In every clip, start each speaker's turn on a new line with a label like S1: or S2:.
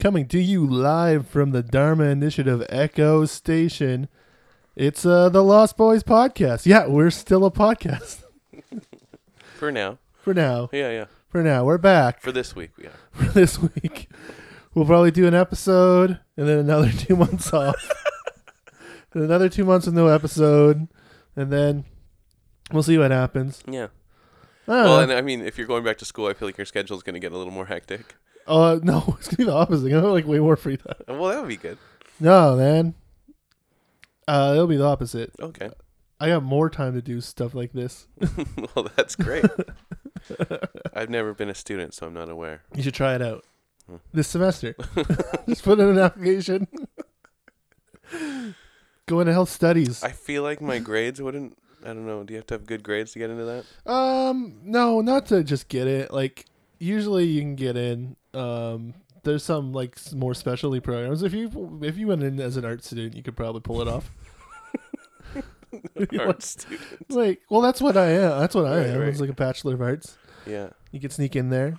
S1: Coming to you live from the Dharma Initiative Echo Station. It's uh, the Lost Boys podcast. Yeah, we're still a podcast
S2: For now.
S1: for now.
S2: Yeah, yeah.
S1: For now, we're back
S2: For this week, yeah.
S1: for this week. We'll probably do an episode and then another two months off. then another two months with no episode, and then we'll see what happens.
S2: Yeah.
S1: I don't
S2: Well,
S1: know.
S2: and I mean, if you're going back to school, I feel like your schedule's going to get a little more hectic. Uh,
S1: Uh, no, it's gonna be the opposite. I'm gonna have like way more free time.
S2: Well, that would be good.
S1: No, man. Uh, it'll be the opposite.
S2: Okay.
S1: I got more time to do stuff like this.
S2: well, that's great. I've never been a student, so I'm not aware.
S1: You should try it out
S2: Hmm.
S1: this semester. Just put in an application. Go into health studies.
S2: I feel like my grades wouldn't. I don't know. Do you have to have good grades to get into that?
S1: Um, no, not to just get it. Like usually you can get in. Um, there's some like s- more specialty programs. If you if you went in as an art student, you could probably pull it off.
S2: Art student.
S1: like, well, that's what I am. That's what I
S2: Right,
S1: am.
S2: right.
S1: It's like a bachelor of arts.
S2: Yeah.
S1: You could sneak in there.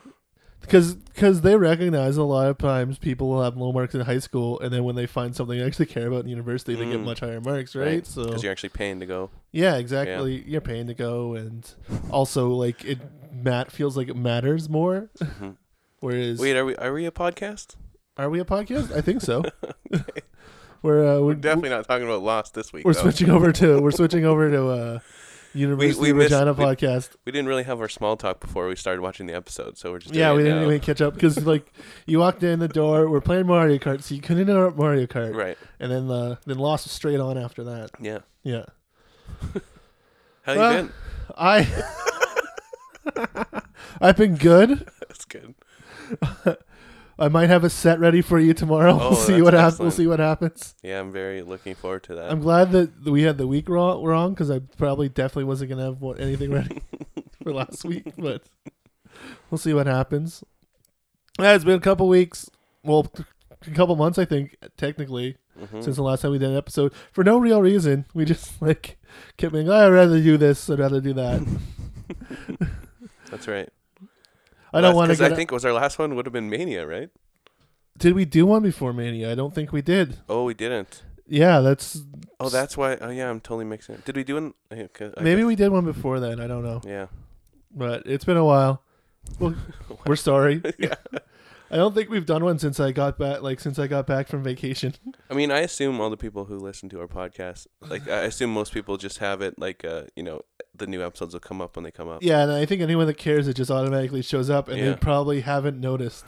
S1: Because cause they recognize a lot of times people will have low marks in high school, and then when they find something they actually care about in university, they get
S2: Mm.
S1: much higher marks, right?
S2: Right.
S1: So
S2: Because you're actually paying to go.
S1: Yeah, exactly. You're paying to go, and also like it mat feels like it matters more.
S2: Mhm.
S1: Whereas,
S2: Wait, are we are we a podcast?
S1: are we a podcast? I think so. we're uh, we're,
S2: We're definitely not talking about Lost this week.
S1: we're
S2: though.
S1: switching over to we're switching over to uh, University
S2: we
S1: of
S2: missed-
S1: Regina
S2: we-
S1: podcast.
S2: We didn't really have our small talk before we started watching the episode, so we're just doing
S1: yeah,
S2: it
S1: we didn't
S2: now.
S1: even catch up because like you walked in the door, we're playing Mario Kart, so you couldn't interrupt Mario Kart,
S2: right.
S1: and then uh, then lost straight on after that.
S2: Yeah.
S1: Yeah,
S2: How you
S1: Well-
S2: been?
S1: I. I've been good.
S2: That's good.
S1: I might have a set ready for you tomorrow.
S2: Oh,
S1: we'll see
S2: that's
S1: what happens. We'll
S2: excellent.
S1: see what happens.
S2: Yeah, I'm very looking forward to that.
S1: I'm glad that we had the week wrong wrong because I probably definitely wasn't gonna have what, anything ready for last week, but we'll see what happens. Yeah, it's been a couple weeks, well, a couple months I think technically
S2: Mhm.
S1: since the last time we did an episode for no real reason. We just like kept being, oh, I'd rather do this, I'd rather do that.
S2: That's right.
S1: I don't
S2: Last-
S1: want to
S2: 'cause
S1: get.
S2: I think was our last one would have been Mania, right?
S1: did we do one before Mania? I don't think we did.
S2: Oh, we didn't.
S1: Yeah, that's
S2: Oh, that's why. Oh, yeah, I'm totally mixing it. Did we do an? I- 'cause I
S1: maybe
S2: guess-
S1: we did one before then. I don't know.
S2: Yeah.
S1: but it's been a while. Well, we're sorry.
S2: yeah.
S1: I don't think we've done one since I got back. Like since I got back from vacation.
S2: I mean, I assume all the people who listen to our podcast, like, I assume most people just have it, like, uh, you know, the new episodes will come up when they come up.
S1: Yeah, and I think anyone that cares, it just automatically shows up, and
S2: Yeah.
S1: they probably haven't noticed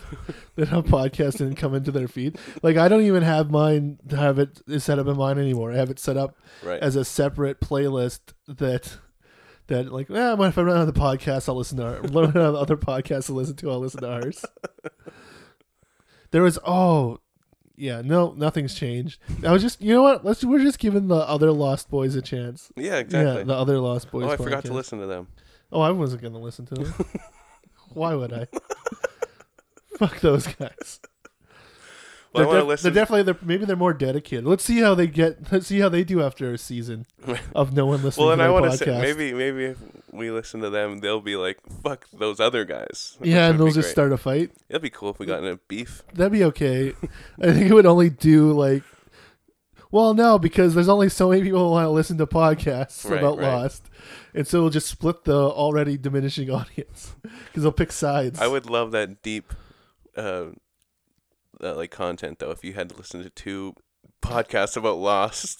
S1: that a podcast didn't come into their feed. Like I don't even have mine have it is set up in mine anymore. I have it set up
S2: Right.
S1: as a separate playlist that. That like, eh, well, if I run out of the podcast, I'll listen to our, run out of other podcasts to listen to. I'll listen to ours. There was oh yeah, no, nothing's changed. I was just you know what? Let's we're just giving the other Lost Boys a chance.
S2: yeah,
S1: Yeah,
S2: exactly.
S1: the other Lost Boys.
S2: oh, I forgot to
S1: podcast.
S2: listen to them.
S1: Oh, I wasn't gonna listen to them. Why would I? Fuck those guys.
S2: Well, I
S1: they're,
S2: want to
S1: def-
S2: listen.
S1: they're definitely they're maybe they're more dedicated. Let's see how they get. Let's see how they do after a season of no one listening
S2: well, and
S1: to
S2: I
S1: their
S2: want to
S1: podcast.
S2: say maybe maybe if we listen to them, they'll be like, "Fuck those other guys." which
S1: yeah,
S2: would
S1: and they'll
S2: be
S1: just
S2: great.
S1: start a fight.
S2: It'd be cool if we got in a beef.
S1: That'd be okay. I think it would only do like. Well, no, because there's only so many people who want to listen to podcasts
S2: Right,
S1: about
S2: right.
S1: Lost, and so we'll just split the already diminishing audience because they'll pick sides.
S2: I would love that deep, uh, uh, like content though. If you had to listen to two podcasts about Lost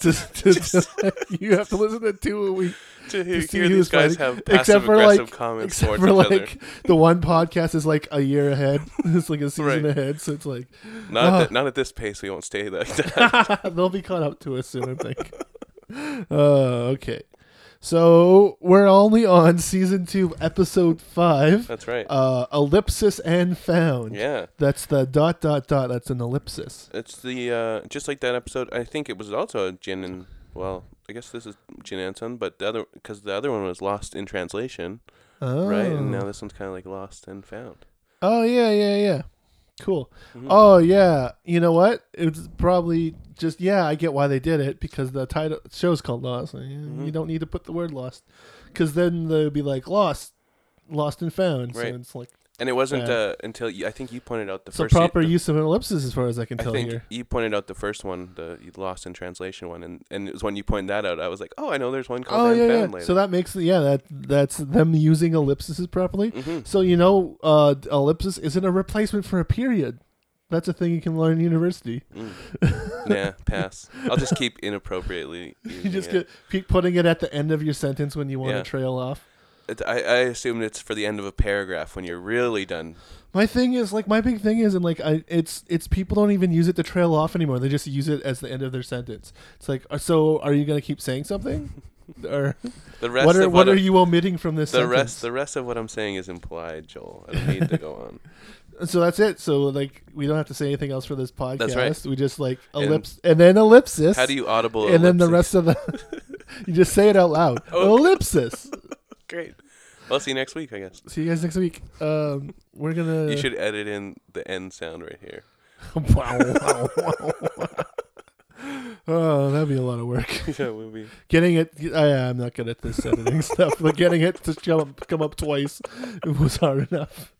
S1: to, to- you have to listen to two a week,
S2: to hear,
S1: see
S2: hear
S1: who's
S2: these guys
S1: fighting.
S2: have
S1: except
S2: passive
S1: for
S2: aggressive
S1: like,
S2: comments
S1: except
S2: towards
S1: for
S2: each
S1: like the one podcast is like a year ahead. it's like a season
S2: Right.
S1: ahead, so it's like
S2: other. Not
S1: Ah.
S2: at, the, not at this pace. We won't stay like that.
S1: they'll be caught up to us soon. I think. uh, okay, so we're only on season two, episode five.
S2: That's right.
S1: Uh, ellipsis and found.
S2: yeah,
S1: That's the dot dot dot. That's an ellipsis.
S2: it's the uh, just like that episode. I think it was also a Jin and well, I guess this is Jin and Son, but the other because the other one was Lost in Translation,
S1: Oh.
S2: right? And now this one's kind of like Lost and Found.
S1: Oh yeah, yeah, yeah. Cool.
S2: Mm-hmm.
S1: Oh yeah. You know what? It's probably just yeah. I get why they did it because the title the show's called Lost. Yeah,
S2: Mm-hmm.
S1: You don't need to put the word Lost, because then they'd be like Lost, Lost and Found.
S2: Right.
S1: So it's like
S2: And it wasn't
S1: Yeah.
S2: uh, until you, I think you pointed out the
S1: So
S2: first e-
S1: proper
S2: the-
S1: use of an ellipsis, as far as I can
S2: I
S1: tell
S2: think
S1: here.
S2: you pointed out the first one, the you lost in translation one, and, and it was when you pointed that out. I was like, oh, I know there's one called
S1: Oh
S2: Van
S1: yeah,
S2: Band
S1: yeah.
S2: later.
S1: So that makes yeah that that's them using ellipses properly.
S2: Mhm.
S1: So you know, uh, ellipsis isn't a replacement for a period. That's a thing you can learn in university.
S2: Mm. yeah, pass. I'll just keep inappropriately.
S1: You
S2: using
S1: just
S2: it.
S1: get, keep putting it at the end of your sentence when you want
S2: Yeah.
S1: to trail off.
S2: It- I, I assumed it's for the end of a paragraph when you're really done.
S1: My thing is like my big thing is and like I it's it's people don't even use it to trail off anymore. They just use it as the end of their sentence. It's like uh, so are you gonna keep saying something? or
S2: The rest
S1: what are what
S2: of what,
S1: are
S2: I'm-
S1: you omitting from this
S2: the
S1: sentence?
S2: rest the rest of what I'm saying is implied, Joel. I don't need to go on.
S1: so that's it. So like we don't have to say anything else for this podcast.
S2: That's right.
S1: We just like
S2: And-
S1: ellips and, then ellipsis.
S2: How do you audible?
S1: and then the
S2: ellipses?
S1: rest of the you just say it out loud.
S2: Oh.
S1: Ellipsis.
S2: Great. Well, see you next week, I guess.
S1: See you guys next week. Um, we're gonna
S2: You should edit in the end sound right here.
S1: wow, wow, wow, wow. Oh, that'd be a lot of work.
S2: yeah, it would be.
S1: Getting it, I, I'm not good at this editing stuff, but getting it to come up, come up twice was hard enough.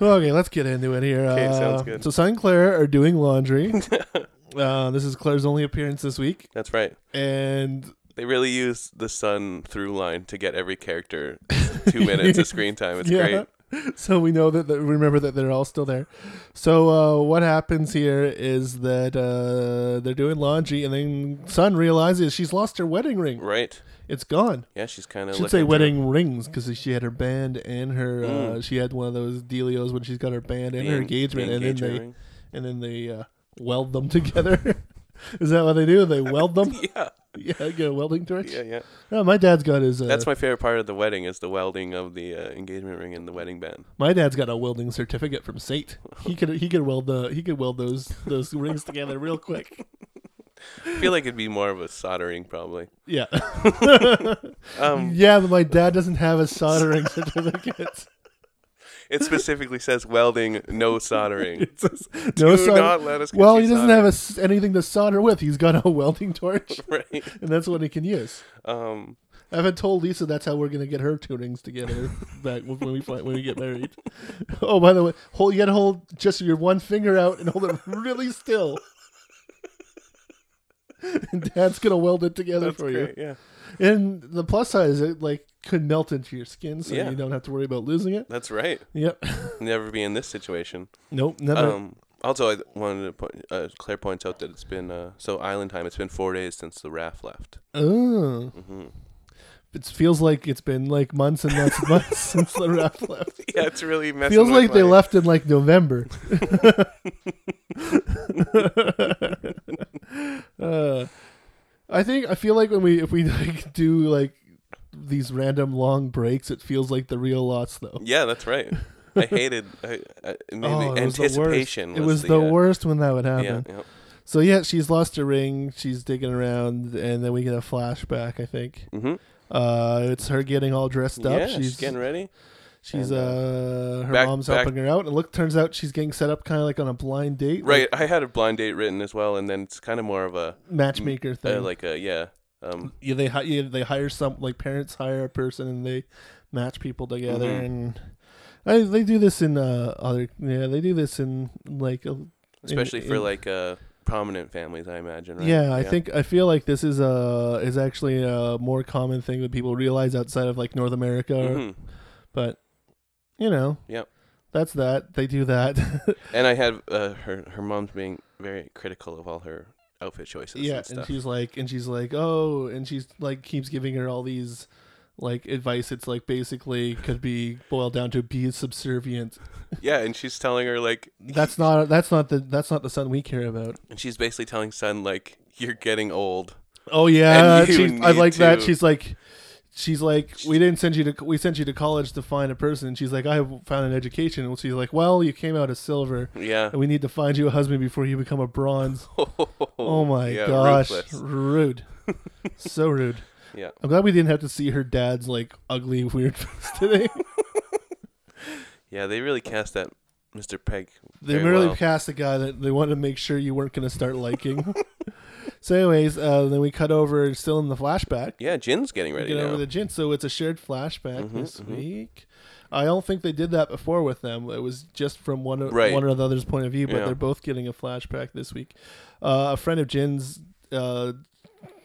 S1: Okay, let's get into it here.
S2: Okay,
S1: uh,
S2: sounds good.
S1: So, Son and Claire are doing laundry. uh, this is Claire's only appearance this week,
S2: That's right.
S1: and
S2: They really use the sun through line to get every character two minutes of screen time. It's
S1: Yeah.
S2: great.
S1: so we know that, that remember that they're all still there. So uh, what happens here is that uh, they're doing laundry, and then Sun realizes she's lost her wedding ring.
S2: Right.
S1: It's gone.
S2: Yeah, she's kind of.
S1: Should say wedding rings because she had her band and her. Uh,
S2: Mm.
S1: she had one of those dealios when she's got her band and her engagement, and then they and then they uh, weld them together. Is that what they do? They weld them.
S2: yeah,
S1: yeah, get a welding torch.
S2: yeah, yeah.
S1: No, my dad's got his. Uh,
S2: That's my favorite part of the wedding is the welding of the uh, engagement ring and the wedding band.
S1: My dad's got a welding certificate from Sate. He could he could weld the he could weld those those rings together real quick.
S2: I feel like it'd be more of a soldering probably.
S1: Yeah,
S2: Um,
S1: yeah, but my dad doesn't have a soldering certificate.
S2: it specifically says welding, no soldering.
S1: It says
S2: Do
S1: no solder.
S2: not let us.
S1: Well, he doesn't have a s anything to solder with. He's got a welding torch,
S2: have a right.
S1: and that's what he can use.
S2: Um,
S1: I've been told Lisa that's how we're gonna get her two rings together back when we find, when we get married. Oh, by the way, hold you gotta hold just your one finger out and hold it really still. And Dad's gonna weld it together
S2: that's
S1: for
S2: great. Yeah,
S1: you. And the plus side is it like could melt into your skin, so
S2: Yeah.
S1: you don't have to worry about losing it.
S2: that's right.
S1: Yep.
S2: Never be in this situation.
S1: Nope. Never.
S2: Um, also, I wanted to point. Uh, Claire points out that it's been uh, so island time. It's been four days since the raft left.
S1: oh,
S2: hmm
S1: it feels like it's been like months and months and months since the raft left.
S2: Yeah, it's really messing.
S1: Feels
S2: with
S1: like they
S2: my-
S1: left in like November. uh, I think I feel like when we if we like do like these random long breaks, it feels like the real loss though.
S2: Yeah, that's right. I hated. I, I, it made me-
S1: Oh, it was the worst.
S2: anticipation.
S1: it was the
S2: uh,
S1: worst when that would happen.
S2: Yeah, yeah.
S1: So yeah, she's lost her ring. She's digging around, and then we get a flashback. I think
S2: Mm-hmm.
S1: uh, it's her getting all dressed up.
S2: yeah, she's, getting ready.
S1: She's
S2: And, uh,
S1: uh, her
S2: back-
S1: mom's
S2: back-
S1: helping her out, and look, turns out she's getting set up kind of like on a blind date, like
S2: Right. I had a blind date written as well, and then it's kind of more of a
S1: matchmaker thing.
S2: uh, like a yeah. Um,
S1: yeah, they hi- yeah, they hire some like parents hire a person and they match people together,
S2: Mhm.
S1: and I, they do this in uh, other yeah they do this in like a,
S2: especially for
S1: in-
S2: like uh, prominent families, I imagine. Right?
S1: yeah I think I feel like this is a is actually a more common thing that people realize outside of like North America,
S2: Mhm.
S1: but you know
S2: Yep.
S1: that's that they do that
S2: And I had uh, her her mom's being very critical of all her outfit choices.
S1: yeah
S2: and,
S1: and
S2: stuff.
S1: she's like and she's like oh and she's like keeps giving her all these like advice it's like basically could be boiled down to be subservient
S2: yeah, and she's telling her like,
S1: that's not that's not the that's not the son we care about
S2: and she's basically telling son like, you're getting old.
S1: oh yeah
S2: And you
S1: she's, i
S2: need
S1: like that
S2: to-
S1: she's like she's like we didn't send you to we sent you to college to find a person and she's like i have found an education and she's like well you came out as silver
S2: Yeah.
S1: and we need to find you a husband before you become a bronze oh my
S2: Yeah,
S1: gosh
S2: ruthless.
S1: rude so rude
S2: Yeah.
S1: I'm glad we didn't have to see her dad's like ugly weird face today.
S2: Yeah, they really cast that Mr. Peg.
S1: they
S2: very
S1: merely
S2: well.
S1: cast a guy that they wanted to make sure you weren't going to start liking. So, anyways, uh, then we cut over, still in the flashback.
S2: Yeah, Jin's getting ready
S1: get over
S2: now.
S1: the gin. So it's a shared flashback
S2: Mhm,
S1: this
S2: mhm.
S1: week. I don't think they did that before with them. It was just from one of
S2: Right.
S1: one or the other's point of view, but
S2: Yeah.
S1: they're both getting a flashback this week. Uh, a friend of Jin's uh,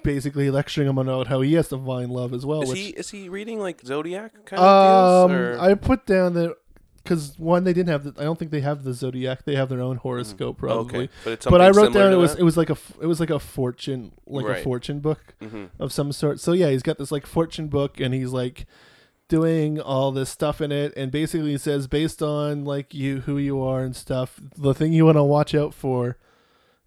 S1: basically lecturing him about how he has to find love as well.
S2: is
S1: which,
S2: he is he reading like zodiac kind of
S1: um,
S2: deals? Or?
S1: I put down that because one they didn't have. The, I don't think they have the zodiac. They have their own horoscope probably.
S2: Mm. Okay, but it's
S1: But I
S2: something
S1: wrote down
S2: similar to
S1: it was
S2: that?
S1: it was like a f- it was like a fortune like a
S2: Right.
S1: fortune book
S2: Mhm.
S1: of some sort. So yeah, he's got this like fortune book and he's like doing all this stuff in it and basically he says based on like you who you are and stuff, the thing you want to watch out for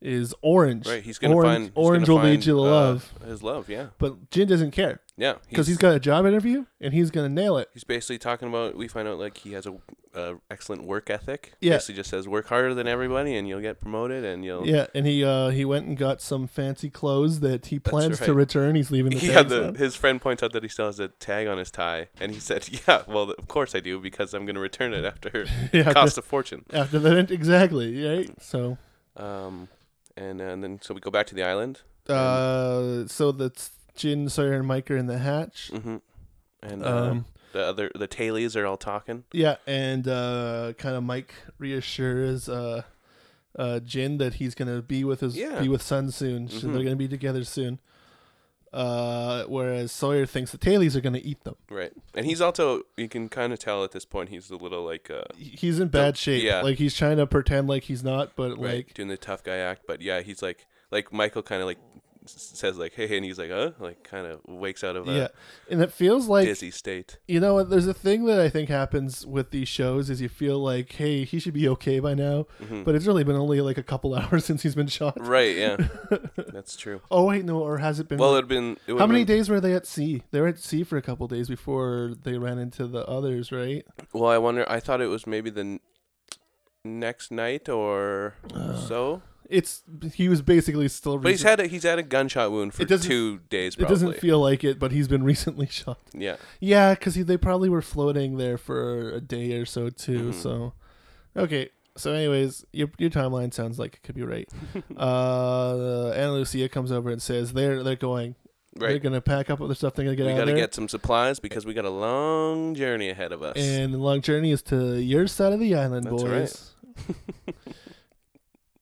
S1: is orange.
S2: Right, he's gonna
S1: orange,
S2: find he's gonna
S1: orange will lead
S2: find,
S1: you to
S2: uh,
S1: love.
S2: His love, yeah,
S1: But Jin doesn't care
S2: yeah,
S1: because he's got a job interview and he's gonna nail it.
S2: He's basically talking about. We find out like he has a uh, excellent work ethic.
S1: Yeah.
S2: Basically, just says work harder than everybody, and you'll get promoted, and you'll.
S1: Yeah, and he uh he went and got some fancy clothes that he plans to
S2: right.
S1: return. He's leaving the
S2: He had
S1: tags
S2: the,
S1: on.
S2: his friend points out that he still has a tag on his tie, and he said, "Yeah, well, of course I do because I'm going to return it after
S1: yeah,
S2: cost a fortune."
S1: after that exactly, right? So
S2: Um, and, and then so we go back to the island,
S1: Uh, so that's Jin, Sawyer, and Mike are in the hatch.
S2: hmm and uh,
S1: Um,
S2: the other the tailies are all talking.
S1: yeah, and uh, kind of Mike reassures uh, uh, Jin that he's gonna be with his
S2: Yeah.
S1: be with Sun soon. So
S2: Mhm.
S1: they're gonna be together soon. Uh, whereas Sawyer thinks the tailies are gonna eat them.
S2: Right, and he's also you can kind of tell at this point he's a little like uh,
S1: He- He's in bad shape.
S2: yeah.
S1: Like he's trying to pretend like he's not, but
S2: right.
S1: like
S2: doing the tough guy act. But yeah, he's like like Michael kind of like s- says like hey, and he's like uh like kind of wakes out of a
S1: yeah. And it feels like
S2: dizzy state.
S1: you know what? There's a thing that I think happens with these shows is you feel like, hey, he should be okay by now,
S2: Mhm.
S1: but it's really been only like a couple hours since he's been shot.
S2: Right, yeah, that's true.
S1: Oh wait, no, or has it been?
S2: Well, it'd been it
S1: how
S2: would've
S1: many
S2: been-
S1: days were they at sea? They were at sea for a couple days before they ran into the others, right?
S2: Well, I wonder. I thought it was maybe the n- next night or
S1: Uh,
S2: so.
S1: It's he was basically still.
S2: But he's
S1: recent-
S2: had a, he's had a gunshot wound for
S1: It doesn't-
S2: two days.
S1: it
S2: Probably.
S1: doesn't feel like it, but he's been recently shot.
S2: yeah.
S1: Yeah, because they probably were floating there for a day or so too.
S2: Mhm.
S1: So, okay. So, anyways, your your timeline sounds like it could be right. uh, Anna Lucia comes over and says they're they're going. They're
S2: Right.
S1: gonna pack up all their stuff. They're gonna get
S2: We
S1: out
S2: got
S1: of
S2: to
S1: there.
S2: get some supplies because we got a long journey ahead of us.
S1: And the long journey is to your side of the island,
S2: That's
S1: boys.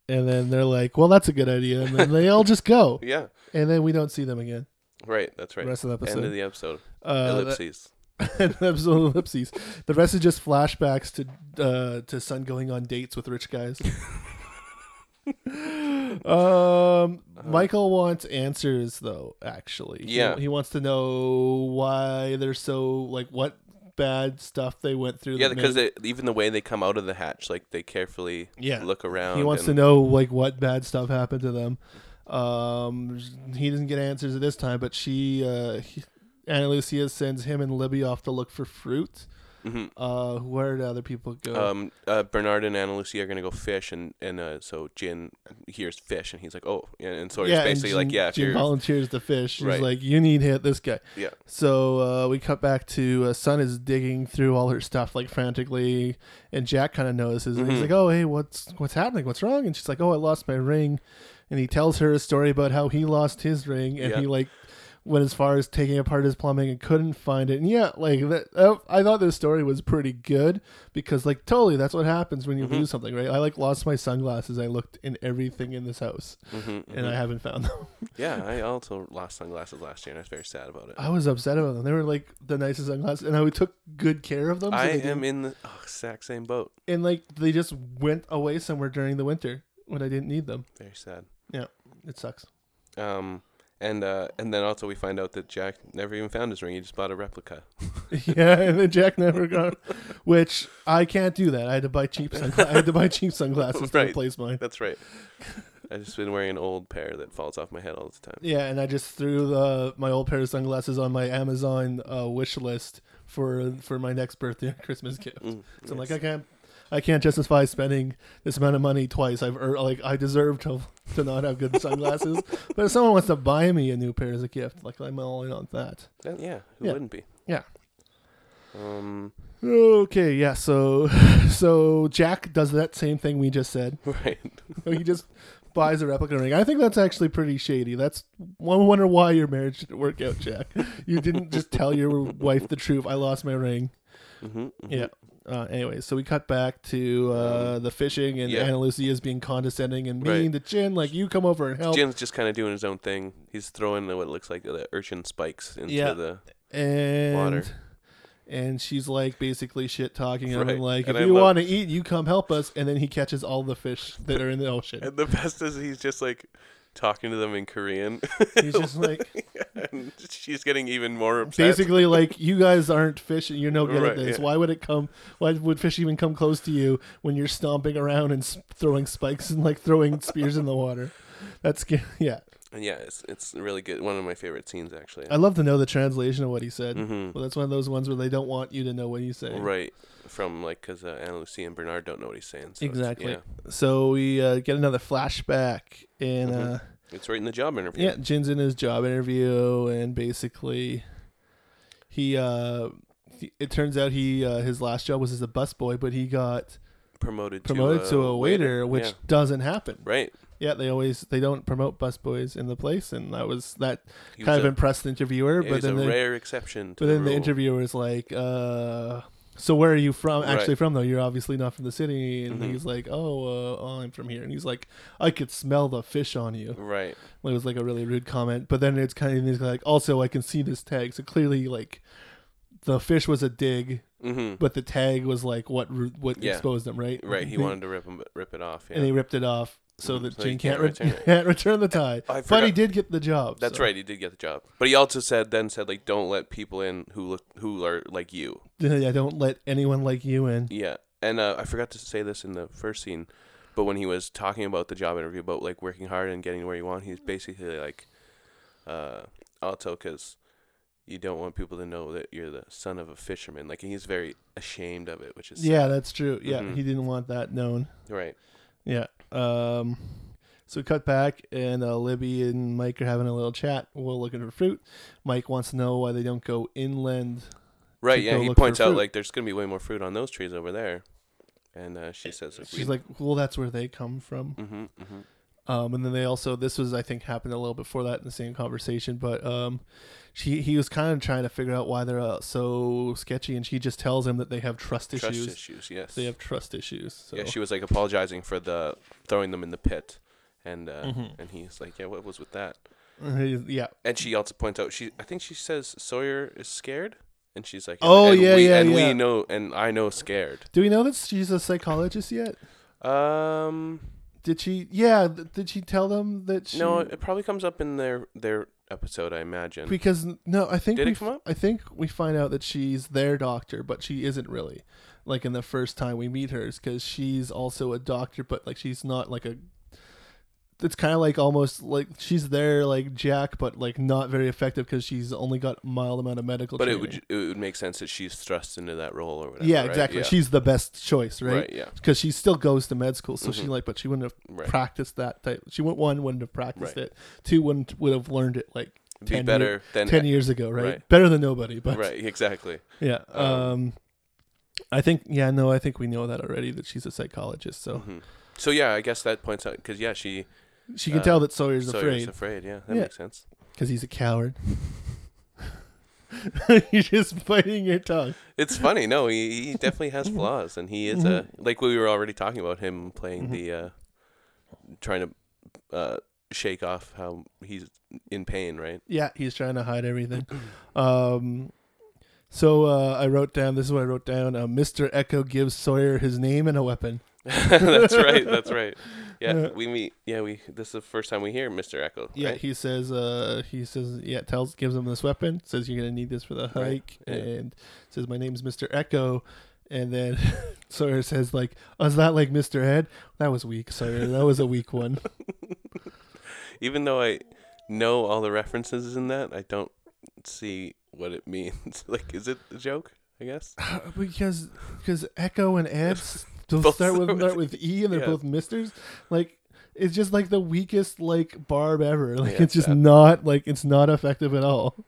S1: and then they're like, "Well, that's a good idea," and then they all just go,
S2: yeah.
S1: and then we don't see them again.
S2: Right. That's
S1: The
S2: right.
S1: rest of the episode,
S2: End of the episode.
S1: uh,
S2: Ellipses.
S1: that- episode of ellipses. The rest is just flashbacks to uh, to Sun going on dates with rich guys.
S2: Uh-huh.
S1: um, Michael wants answers though. Actually, He-
S2: Yeah.
S1: he, wants to know why they're so like what bad stuff they went through.
S2: Yeah,
S1: that
S2: because
S1: made-
S2: they, even the way they come out of the hatch, like they carefully
S1: Yeah.
S2: look around.
S1: he wants to
S2: and-
S1: know like what bad stuff happened to them um he doesn't get answers at this time but she uh he, Anna Lucia sends him and Libby off to look for fruit.
S2: Mhm.
S1: Uh, where did other people go?
S2: Um, uh, Bernard and Anna Lucia are gonna go fish, and and uh, so Jin hears fish, and he's like, oh, and, and so he's
S1: and
S2: basically like,
S1: Jim-
S2: yeah, if
S1: Jim
S2: you're,
S1: volunteers to fish. She's
S2: Right.
S1: like, you need to hit this guy.
S2: yeah,
S1: So uh, we cut back to uh, Sun is digging through all her stuff like frantically, and Jack kind of notices. And he's
S2: Mhm.
S1: like, "Oh, hey, what's what's happening? What's wrong?" And she's like, "Oh, I lost my ring," and he tells her a story about how he lost his ring, and
S2: Yeah.
S1: he like went as far as taking apart his plumbing and couldn't find it. And yeah, like that, oh, I thought this story was pretty good because like totally that's what happens when you lose something, right? I like lost my sunglasses. I looked in everything in this house,
S2: Mhm,
S1: and I haven't found them.
S2: yeah. I also lost sunglasses last year, and I was very sad about it.
S1: I was upset about them. They were like the nicest sunglasses, and I took good care of them. so
S2: I
S1: they
S2: am
S1: didn't-
S2: in the oh, exact same boat.
S1: and like they just went away somewhere during the winter when I didn't need them.
S2: Very sad.
S1: It sucks.
S2: Um, and uh, and then also we find out that Jack never even found his ring. He just bought a replica.
S1: yeah, and then Jack never got, which I can't do that. I had to buy cheap. Sungla- I had to buy cheap sunglasses to
S2: Right.
S1: replace mine.
S2: That's right. I just been wearing an old pair that falls off my head all the time.
S1: Yeah, and I just threw the my old pair of sunglasses on my Amazon uh, wish list for for my next birthday and Christmas gift.
S2: Mm,
S1: So I'm like,
S2: nice.
S1: I can't, I can't justify spending this amount of money twice. I've ear- like, I deserve to to not have good sunglasses. but if someone wants to buy me a new pair as a gift, like I'm all in on that.
S2: Uh, yeah, who
S1: Yeah.
S2: wouldn't be?
S1: Yeah.
S2: Um.
S1: Okay, yeah. So, so Jack does that same thing we just said.
S2: Right.
S1: He just buys a replica ring. I think that's actually pretty shady. That's one wonder why your marriage didn't work out, Jack. You didn't just tell your wife the truth. I lost my ring.
S2: hmm
S1: Yeah. Uh, anyway, so we cut back to uh, the fishing and
S2: Um, Yeah.
S1: Ana Lucia's being condescending and
S2: Right.
S1: mean to Jin, like you come over and help.
S2: Jin's just kind of doing his own thing. He's throwing what looks like the urchin spikes into
S1: Yeah.
S2: the.
S1: and
S2: Water.
S1: and she's like basically shit talking him
S2: Right.
S1: and like
S2: And
S1: if
S2: I
S1: you
S2: love-
S1: want to eat you come help us and then he catches all the fish that are in the ocean
S2: And the best is he's just like talking to them in Korean.
S1: he's just like
S2: and she's getting even more upset.
S1: basically like you guys aren't fish and you're no good at
S2: Right,
S1: this
S2: yeah.
S1: why would it come why would fish even come close to you when you're stomping around and s- throwing spikes and like throwing spears in the water that's sca- yeah
S2: And yeah, it's it's really good. One of my favorite scenes actually.
S1: i love to know the translation of what he said
S2: hmm
S1: well that's one of those ones where they don't want you to know what he's saying
S2: Right. From like because uh, Anna Lucia and Bernard don't know what he's saying. So it's-
S1: Exactly.
S2: yeah.
S1: so we uh, get another flashback and
S2: Mhm.
S1: uh
S2: It's right in the job interview.
S1: yeah jin's in his job interview and basically he uh he- it turns out he uh, his last job was as a busboy, but he got
S2: Promoted
S1: promoted to a, waiter, which
S2: yeah.
S1: doesn't happen.
S2: Right.
S1: Yeah, they always they don't promote busboys in the place, and that was that
S2: He
S1: kind of
S2: was a,
S1: impressed the interviewer.
S2: yeah,
S1: but
S2: he's a
S1: then the,
S2: rare exception. To
S1: but then the
S2: rule.
S1: interviewer is like, uh, "So where are you from? Actually,
S2: Right.
S1: from though? You're obviously not from the city." And
S2: Mhm.
S1: he's like, "Oh, uh, oh, I'm from here." And he's like, "I could smell the fish on you."
S2: Right.
S1: It was like a really rude comment. But then it's kind of he's like, "Also, I can see this tag." So clearly, like. The fish was a dig,
S2: Mm-hmm.
S1: but the tag was like what ru- what
S2: Yeah.
S1: exposed him, right?
S2: Right. He
S1: They-
S2: wanted to rip him, rip it off. Yeah.
S1: and they ripped it off so
S2: Mhm,
S1: that
S2: so
S1: Jane
S2: he
S1: can't,
S2: can't
S1: re-
S2: return it.
S1: can't return the tie.
S2: I
S1: But he
S2: forgot-
S1: did get the job.
S2: That's
S1: so.
S2: right. He did get the job, but he also said then said like don't let people in who look who are like you.
S1: Yeah, don't let anyone like you in.
S2: Yeah, and uh, I forgot to say this in the first scene, but when he was talking about the job interview about like working hard and getting where you want, he's basically like, uh, also because you don't want people to know that you're the son of a fisherman. Like he's very ashamed of it, which is
S1: Yeah, that's true. Yeah,
S2: Mhm.
S1: he didn't want that known.
S2: right.
S1: Yeah. Um, so cut back, and uh, Libby and Mike are having a little chat while looking for fruit. Mike wants to know why they don't go inland.
S2: Right.
S1: go
S2: Yeah. He
S1: look for
S2: points out
S1: fruit.
S2: like there's gonna be way more fruit on those trees over there, and uh, she says if
S1: She's like, well, that's where they come from.
S2: hmm hmm
S1: Um, and then they also this was I think happened a little before that in the same conversation, but um, she he was kind of trying to figure out why they're uh, so sketchy, and she just tells him that they have trust,
S2: trust
S1: issues.
S2: issues. Yes.
S1: They have trust issues. So.
S2: Yeah, she was like apologizing for the throwing them in the pit, and uh,
S1: Mhm.
S2: and he's like, yeah, what was with that?
S1: yeah.
S2: And she also points out she I think she says Sawyer is scared, and she's like,
S1: Oh,
S2: and
S1: yeah,
S2: we,
S1: yeah,
S2: and
S1: yeah.
S2: we know, and I know scared.
S1: Do we know that she's a psychologist yet?
S2: Um,
S1: Did she? Yeah. th- Did she tell them that she?
S2: no, it probably comes up in their their episode, I imagine.
S1: Because no, I think
S2: Did
S1: we,
S2: it
S1: f-
S2: come up?
S1: I think we find out that she's their doctor, but she isn't really. Like in the first time we meet her, because she's also a doctor, but like she's not like a. It's kind of like almost like she's there like Jack, but like not very effective because she's only got mild amount of medical.
S2: but it
S1: training.
S2: would it would make sense that she's thrust into that role or whatever.
S1: Yeah,
S2: right?
S1: exactly.
S2: Yeah.
S1: She's the best choice, right?
S2: right. Yeah.
S1: Because she still goes to med school, so she
S2: Mhm.
S1: like, but she wouldn't have
S2: Right.
S1: practiced that type. She went one wouldn't have practiced
S2: Right.
S1: it. Two wouldn't would have learned it like
S2: Be
S1: 10
S2: better
S1: year-
S2: than
S1: ten years ago, right?
S2: right.
S1: Better than nobody, but
S2: Right. Exactly.
S1: yeah. Um,
S2: Um,
S1: I think yeah, no, I think we know that already that she's a psychologist, so
S2: hmm So yeah, I guess that points out because yeah, she
S1: she can
S2: Uh,
S1: tell that Sawyer's
S2: Sawyer's
S1: afraid
S2: afraid. Yeah, that
S1: Yeah.
S2: makes sense.
S1: because he's a coward. You're just biting your tongue.
S2: It's funny. No, he, he definitely has flaws, and he is a
S1: Mm-hmm.
S2: like we were already talking about him playing
S1: Mhm.
S2: the uh, trying to uh, shake off how he's in pain, right?
S1: Yeah, he's trying to hide everything. Um, so uh, I wrote down. This is what I wrote down. Uh, Mister Echo gives Sawyer his name and a weapon.
S2: that's right. That's right. Yeah,
S1: Yeah.
S2: we meet. Yeah, we. This is the first time we hear Mister Echo.
S1: Yeah,
S2: right?
S1: he says. Uh, he says. Yeah, tells gives him this weapon. Says you're gonna need this for the
S2: Right,
S1: hike,
S2: yeah.
S1: and says my name's Mister Echo. And then Sawyer says, "Like, oh, is that like Mister Ed? That was weak, Sawyer. That was a weak one."
S2: Even though I know all the references in that, I don't see what it means. like, is it a joke? I guess.
S1: Uh, because because Echo and Ed s- they'll
S2: Both
S1: start with
S2: start
S1: start with E and they're
S2: yeah.
S1: both misters. Like it's just like the weakest like barb ever. Like
S2: Yeah,
S1: it's just
S2: that-
S1: not like it's not effective at all.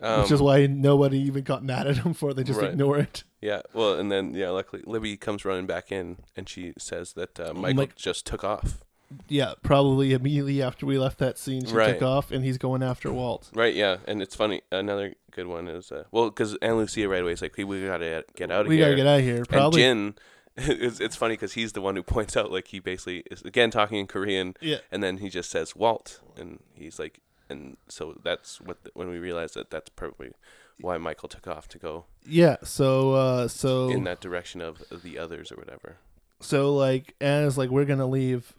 S2: Um,
S1: which is why nobody even got mad at him for it. They just
S2: Right.
S1: ignore it.
S2: yeah. Well, and then yeah, luckily Libby comes running back in, and she says that uh, Michael
S1: Mike-
S2: just took off.
S1: yeah, probably immediately after we left that scene, she
S2: Right.
S1: took off, and he's going after Walt.
S2: Right, yeah, and it's funny. Another good one is uh, well, because Aunt Lucia right away is like, "Hey, we gotta get out of
S1: we
S2: here."
S1: gotta get out of here. Probably.
S2: And Jin, it's, it's funny because he's the one who points out like he basically is again talking in Korean,
S1: Yeah.
S2: and then he just says Walt, and he's like, and so that's what the, when we realized that that's probably why Michael took off to go
S1: yeah. So, uh, so
S2: in that direction of the others or whatever.
S1: so like as like we're gonna leave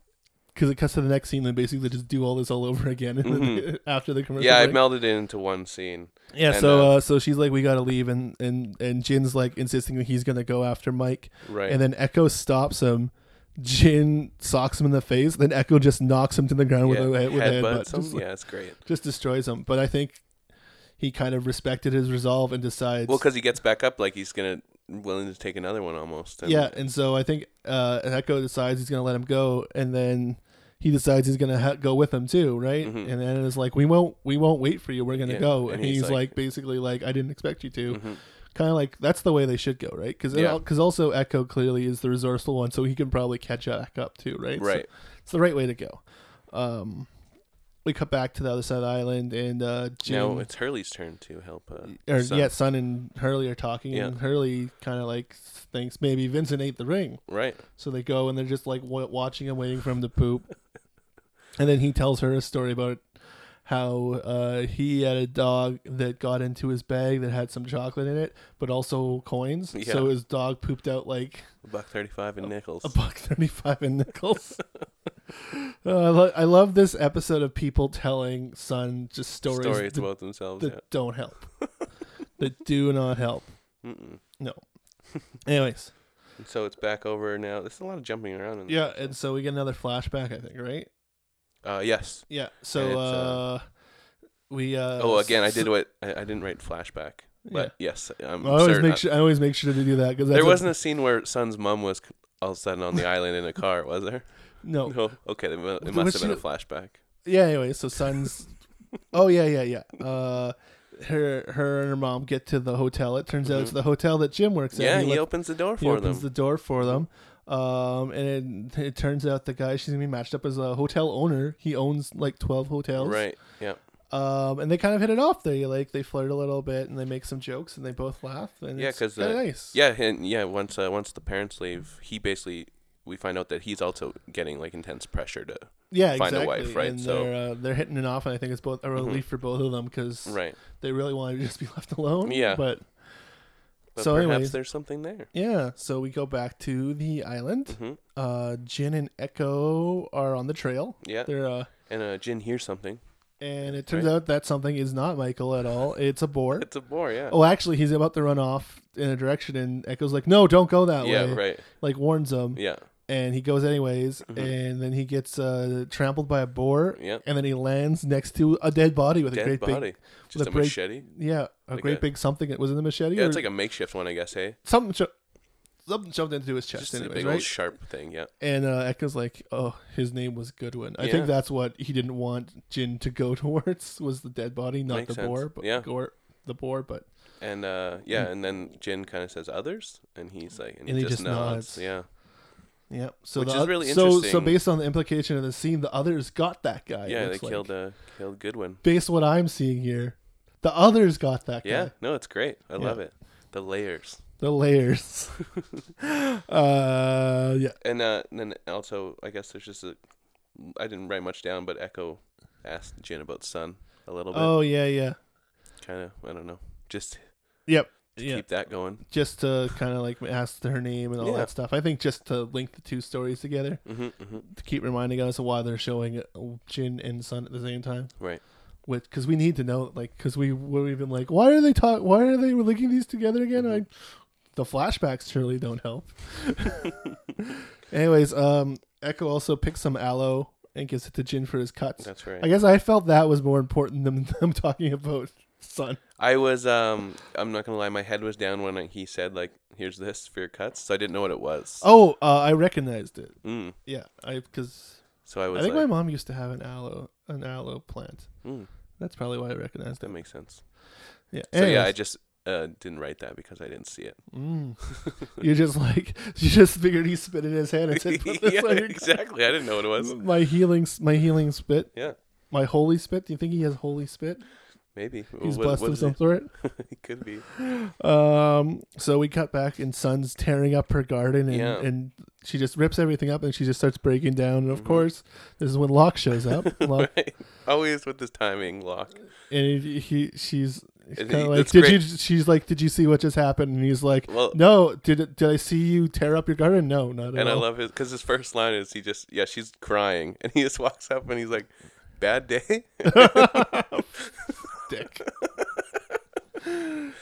S1: because it cuts to the next scene and basically just do all this all over again and then-
S2: Mhm.
S1: after the commercial
S2: Yeah, I
S1: break.
S2: melded it into one scene.
S1: yeah
S2: and,
S1: so
S2: uh,
S1: uh, so she's like we gotta leave and and and jin's like insisting that he's gonna go after mike
S2: Right.
S1: and then echo stops him jin socks him in the face then echo just knocks him to the ground
S2: yeah,
S1: with a with a
S2: headbutt
S1: headbutt
S2: some-
S1: just,
S2: yeah, it's great.
S1: just destroys him but i think he kind of respected his resolve and decides
S2: Well, because he gets back up, like he's gonna willing to take another one almost. And,
S1: yeah, and so I think uh, Echo decides he's going to let him go, and then he decides he's going to ha- go with him too, right?
S2: Mhm.
S1: And then it's like we won't we won't wait for you. We're going to
S2: Yeah,
S1: go, and,
S2: and
S1: he's,
S2: he's
S1: like,
S2: like-
S1: basically like I didn't expect you to.
S2: Mhm.
S1: Kind of like that's the way they should go, right? Because
S2: Yeah.
S1: because also Echo clearly is the resourceful one, so he can probably catch back up too, right? So
S2: Right.
S1: it's the right way to go. Um, we cut back to the other side of the island, and uh, Jim,
S2: Now it's Hurley's turn to help. Uh,
S1: or
S2: son.
S1: yeah, Sun and Hurley are talking,
S2: Yeah.
S1: and Hurley kind of like thinks maybe Vincent ate the ring.
S2: Right.
S1: So they go and they're just like wa watching him, waiting for him to poop. and then he tells her a story about how uh, he had a dog that got into his bag that had some chocolate in it, but also coins.
S2: Yeah.
S1: So his dog pooped out like
S2: A buck thirty-five and nickels.
S1: a buck thirty-five in nickels. Uh, I, lo- I love this episode of people telling son just stories,
S2: stories
S1: that,
S2: about themselves.
S1: that don't help, that do not help.
S2: yeah. Mm-mm.
S1: Anyways,
S2: And so it's back over now. There's a lot of jumping around. In this
S1: yeah,
S2: episode.
S1: and so we get another flashback, I think, right?
S2: Uh, yes.
S1: Yeah. So
S2: it's,
S1: uh,
S2: uh,
S1: we. Uh,
S2: oh, again, I did
S1: s-
S2: what I, I didn't write flashback, but yes, I'm
S1: I always
S2: certain.
S1: make sure. I always make sure to do that because
S2: there wasn't a scene where Son's mum was c- all of a sudden on the island in a car, was there?
S1: no.
S2: No. Okay, it mu-
S1: What
S2: it must have been a
S1: she-
S2: flashback.
S1: Yeah. Anyway, so sons. oh yeah, yeah, yeah. Uh, her, her and her mom get to the hotel. It turns out it's
S2: Mhm.
S1: the hotel that Jim works at.
S2: Yeah, he,
S1: let-
S2: opens the door
S1: he
S2: for them.
S1: opens the door for them. Um, and it, it turns out the guy she's gonna be matched up as a hotel owner. He owns like twelve hotels.
S2: Right. Yeah.
S1: Um, and they kind of hit it off. They like they flirt a little bit and they make some jokes and they both laugh. And
S2: Yeah,
S1: it's
S2: 'cause,
S1: kinda
S2: uh,
S1: nice.
S2: Yeah, and yeah, once uh, once the parents leave, he basically we find out that he's also getting like intense pressure to
S1: yeah,
S2: find
S1: exactly.
S2: a wife, right?
S1: And
S2: So- Mm-hmm.
S1: they're uh, they're hitting it off, and I think it's both a relief for both of them because
S2: right.
S1: they really want to just be left alone.
S2: Yeah.
S1: but
S2: But
S1: So
S2: perhaps
S1: anyways-
S2: there's something there.
S1: yeah. So we go back to the island.
S2: hmm
S1: Uh, Jin and Echo are on the trail.
S2: Yeah,
S1: They're uh,
S2: and uh, Jin hears something.
S1: and it turns
S2: Right.
S1: out that something is not Michael at all. It's a boar.
S2: It's a boar. Yeah.
S1: Oh, actually, he's about to run off in a direction, and Echo's like, "No, don't go that
S2: yeah.
S1: way."
S2: Right.
S1: Like warns him,
S2: Yeah.
S1: and he goes anyways,
S2: Mhm.
S1: and then he gets uh, trampled by a boar,
S2: Yeah.
S1: and then he lands next to a dead body with a
S2: Dead
S1: great big
S2: body. Just a
S1: break-
S2: machete.
S1: Yeah, a
S2: Like
S1: great
S2: a-
S1: big something. Was it the machete?
S2: Yeah,
S1: or
S2: it's like a makeshift one, I guess. Hey,
S1: something. Sho- something shoved into his chest,
S2: just a
S1: anyways,
S2: big
S1: right?
S2: old sharp thing. Yeah.
S1: and uh, Ekka's like, "Oh, his name was Goodwin." I
S2: Yeah.
S1: think that's what he didn't want Jin to go towards was the dead body, not
S2: Makes
S1: the
S2: sense.
S1: boar, but
S2: Yeah.
S1: gore, the boar. But
S2: And uh, yeah, and then Jin kind of says others, and he's like, and,
S1: Mm. And
S2: he, just nods.
S1: nods.
S2: Yeah.
S1: yeah, so
S2: Which
S1: the
S2: is
S1: oth-
S2: really
S1: so so
S2: interesting.
S1: based on the implication of the scene, the others got that guy. it
S2: yeah, they
S1: looks like.
S2: killed uh, killed Goodwin.
S1: Based on what I'm seeing here, the others got that guy.
S2: Yeah. No, it's great. I
S1: Yeah.
S2: love it. The layers.
S1: The layers. uh, yeah.
S2: And, uh, and then also, I guess there's just a. I didn't write much down, but Echo asked Jin about Sun a little bit.
S1: Oh yeah, yeah.
S2: Kind of, I don't know. Just
S1: Yep.
S2: to
S1: yeah.
S2: keep that going.
S1: just to kind of like ask her name and all
S2: Yeah.
S1: that stuff. I think just to link the two stories together
S2: hmm hmm
S1: to keep reminding us of why they're showing Jin and Sun at the same time.
S2: Right.
S1: With because we need to know like because we we've been like why are they talk why are they linking these together again?
S2: Mhm.
S1: I the flashbacks surely don't help. Anyways, um, Echo also picks some aloe and gives it to Jin for his cuts.
S2: That's right.
S1: I guess I felt that was more important than them talking about Sun.
S2: I was um I'm not gonna lie, my head was down when he said like, "Here's this for your cuts," so I didn't know what it was.
S1: Oh, uh, I recognized it.
S2: Mm.
S1: Yeah, I because.
S2: So I
S1: I,
S2: was
S1: think
S2: like,
S1: my mom used to have an aloe an aloe plant.
S2: mm,
S1: That's probably why I recognized
S2: "That
S1: it.
S2: makes sense."
S1: Yeah.
S2: So yeah, I
S1: anyways.
S2: just uh, didn't write that because I didn't see it.
S1: Mm. you just like you just figured he spit in his hand and said, "Put this
S2: yeah,
S1: on your-
S2: exactly. I didn't know what it was.
S1: "My healing, my healing spit,
S2: Yeah,
S1: my holy spit." Do you think he has holy spit?
S2: maybe
S1: He's
S2: What-
S1: blessed
S2: what
S1: with
S2: is it?
S1: some sort.
S2: it could be.
S1: Um, so we cut back, and Sun's tearing up her garden, and,
S2: Yeah.
S1: and she just rips everything up, and she just starts breaking down. And of
S2: Mhm.
S1: course, this is when Locke shows up, Locke,
S2: Right? Always with this timing lock.
S1: and he, he she's
S2: And
S1: kind of
S2: he-
S1: like,
S2: that's
S1: "Did
S2: great.
S1: you?" She's like, "Did you see what just happened?" And he's like,
S2: Well,
S1: "No, did did I see you tear up your garden? No, not at
S2: and I
S1: all."
S2: love his because his first line is he just yeah she's crying and he just walks up and he's like bad day.
S1: Dick.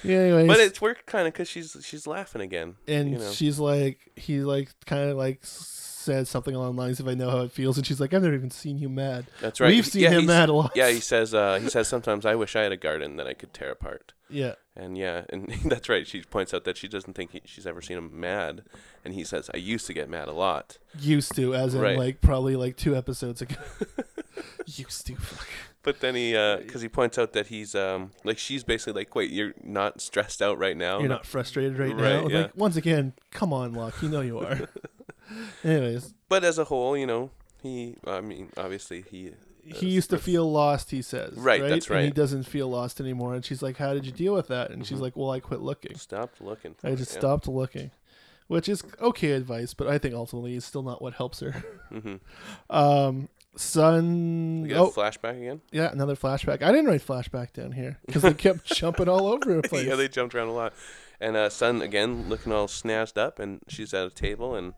S1: yeah, anyways,
S2: But it's worked kind of because she's she's laughing again.
S1: and
S2: you know.
S1: she's like, he like kind of like says something along the lines of, "I know how it feels," and she's like, "I've never even seen you mad."
S2: that's right.
S1: We've
S2: He-
S1: seen
S2: yeah,
S1: him
S2: he's-
S1: mad a lot.
S2: Yeah, he says uh, he says sometimes I wish I had a garden that I could tear apart.
S1: yeah.
S2: And yeah, and that's right. She points out that she doesn't think he, she's ever seen him mad, and he says I used to get mad a lot.
S1: Used to, as in
S2: Right.
S1: like probably like two episodes ago. Used to, fuck.
S2: But then he, because he points out that he's um like she's basically like, wait, you're not stressed out right now.
S1: You're not frustrated right,
S2: Oh, Right,
S1: now.
S2: yeah.
S1: Like once again, come on, Locke. You know you are. Anyways,
S2: But as a whole, you know, he. I mean, obviously he.
S1: he
S2: That's-
S1: used to
S2: that's-
S1: feel lost. He says,
S2: Right, that's
S1: And he
S2: right.
S1: doesn't feel lost anymore. And she's like, "How did you deal with that?" And she's
S2: Mhm.
S1: like, "Well, I quit looking.
S2: Stopped looking. for
S1: I
S2: it,
S1: just
S2: yeah.
S1: stopped looking," which is okay advice, but I think ultimately is still not what helps her.
S2: Mhm.
S1: Um, Sun.
S2: We got
S1: Oh,
S2: a flashback again.
S1: yeah, another flashback. I didn't write flashback down here because they kept jumping all over the place.
S2: yeah, they jumped around a lot. And uh, Sun again looking all snazzy up, and she's at a table, and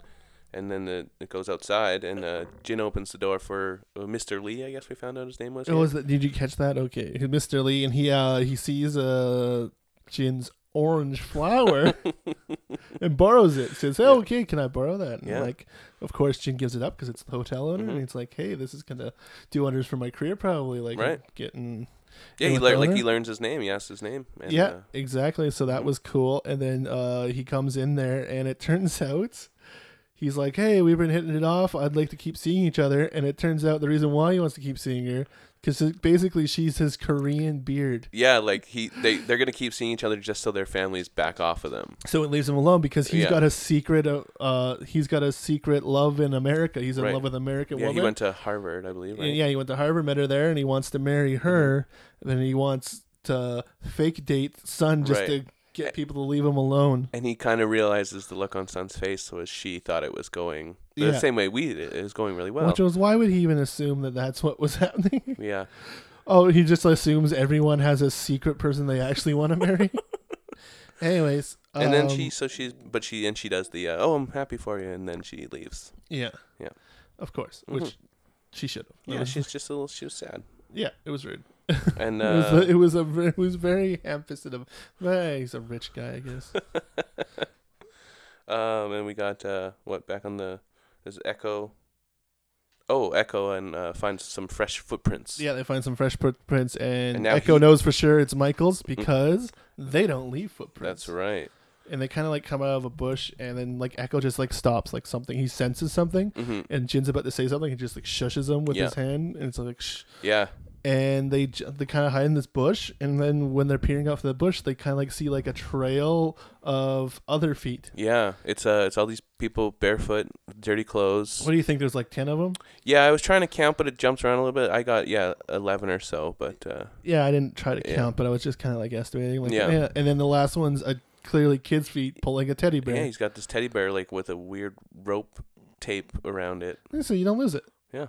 S2: and then the, it goes outside, and uh, Jin opens the door for uh, Mr. Lee. I guess we found out his name was.
S1: It
S2: here.
S1: was that. Did you catch that? Okay, Mr. Lee, and he uh he sees uh Jin's orange flower and borrows it. Says, "Hey,
S2: Yeah.
S1: okay, can I borrow that?" And
S2: Yeah.
S1: like, of course, Jin gives it up because it's the hotel owner, and
S2: Mhm.
S1: it's like, "Hey, this is gonna do wonders for my career, probably." Like,
S2: Right.
S1: getting
S2: yeah,
S1: it
S2: he
S1: was
S2: lear-
S1: the
S2: like
S1: owner?
S2: he learns his name. He asks his name. And,
S1: yeah,
S2: uh,
S1: exactly. So that
S2: mhm.
S1: was cool. And then uh he comes in there, and it turns out. He's like, hey, we've been hitting it off. I'd like to keep seeing each other. And it turns out the reason why he wants to keep seeing her, because basically she's his Korean beard.
S2: yeah, like he they they're gonna keep seeing each other just so their families back off of them.
S1: So it leaves him alone because he's
S2: Yeah.
S1: got a secret. Uh, uh, he's got a secret love in America. He's in
S2: Right.
S1: love with an American
S2: Yeah,
S1: woman.
S2: he went to Harvard, I believe.
S1: And
S2: Right? Mm-hmm.
S1: yeah, he went to Harvard, met her there, and he wants to marry her. And then he wants to fake date son just
S2: Right.
S1: to get people to leave him alone.
S2: And he kind of realizes the look on Sun's face, so as she thought it was going the
S1: Yeah.
S2: same way we did. It It was going really well.
S1: Which was why would he even assume that that's what was happening?
S2: yeah,
S1: oh, he just assumes everyone has a secret person they actually want to marry. Anyways,
S2: and then
S1: um,
S2: she so she's but she and she does the uh, oh I'm happy for you, and then she leaves.
S1: yeah
S2: Yeah.
S1: of course
S2: Mhm.
S1: which she should have
S2: Yeah, she's just a little she was sad.
S1: yeah it was rude.
S2: And
S1: It was,
S2: uh,
S1: it was a ver- it was very ham-fisted of well, he's a rich guy I guess
S2: um, and we got uh, what back on the is Echo. Oh, Echo and uh, finds some fresh footprints.
S1: yeah they find some fresh footprints and,
S2: And now
S1: Echo
S2: he- Mm-hmm.
S1: knows for sure it's Michael's because they don't leave footprints
S2: that's right.
S1: and they kind of like come out of a bush and then like Echo just like stops like something he senses something
S2: hmm
S1: and Jin's about to say something he just like shushes him with
S2: Yeah.
S1: his hand and it's like shh
S2: Yeah,
S1: and they j- they kind of hide in this bush and then when they're peering out for the bush they kind of like see like a trail of other feet
S2: yeah. It's uh, it's all these people barefoot, dirty clothes.
S1: what do you think there's like 10 of them
S2: Yeah, I was trying to count, but it jumps around a little bit. I got yeah, eleven or so, but uh,
S1: Yeah, I didn't try to
S2: Yeah.
S1: count, but I was just kind of like estimating. Like, yeah.
S2: Yeah.
S1: And then the last one's a clearly kid's feet pulling a teddy
S2: yeah,
S1: bear.
S2: he's got this teddy bear like with a weird rope tape around it.
S1: so you don't lose it.
S2: Yeah.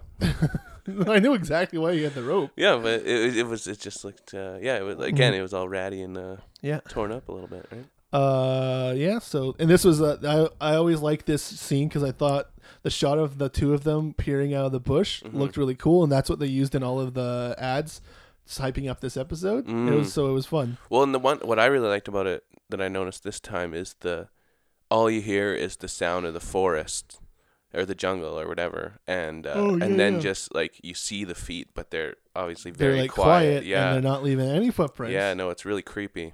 S1: I knew exactly why you had the rope.
S2: Yeah, but it, it was it just looked uh, yeah. It was again, it was all ratty and uh,
S1: Mm-hmm. Yeah.
S2: torn up a little bit, right?
S1: Uh, yeah. So, and this was a, I, I always liked this scene because I thought the shot of the two of them peering out of the bush
S2: Mhm.
S1: looked really cool, and that's what they used in all of the ads, just hyping up this episode. It
S2: Mm.
S1: was so it was fun.
S2: Well, and the one what I really liked about it that I noticed this time is the all you hear is the sound of the forest or the jungle or whatever, and uh,
S1: Oh, yeah,
S2: and then
S1: yeah.
S2: just like you see the feet, but they're obviously
S1: They're
S2: very
S1: like
S2: quiet.
S1: quiet, and
S2: Yeah,
S1: they're not leaving any footprints.
S2: yeah. No, it's really creepy.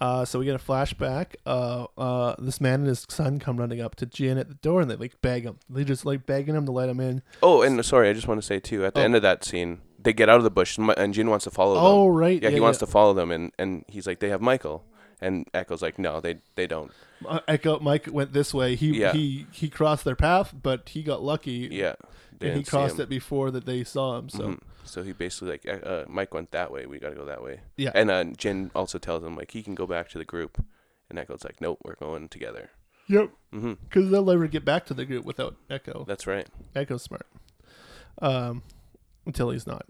S1: Uh, so we get a flashback. Uh, uh, this man and his son come running up to Jin at the door, and they like beg him. They just like begging him to let him in.
S2: Oh, and sorry, I just want to say too. At the
S1: Oh.
S2: end of that scene, they get out of the bush, and, Mi- and Jin wants to follow them.
S1: Oh, right.
S2: yeah, he wants to follow them, and, and he's like, they have Michael, and Echo's like, no, they they don't.
S1: Uh, Echo Mike went this way. He
S2: Yeah.
S1: he he crossed their path, but he got lucky.
S2: Yeah, they
S1: and he
S2: didn't see
S1: crossed
S2: him.
S1: it before that they saw him. So
S2: Mhm. so he basically like uh, uh, Mike went that way. We got to go that way.
S1: Yeah.
S2: And uh, Jin also tells him like he can go back to the group, and Echo's like, nope, we're going together.
S1: yep,
S2: hmm
S1: because they'll never get back to the group without Echo.
S2: That's right.
S1: Echo's smart, um, until he's not.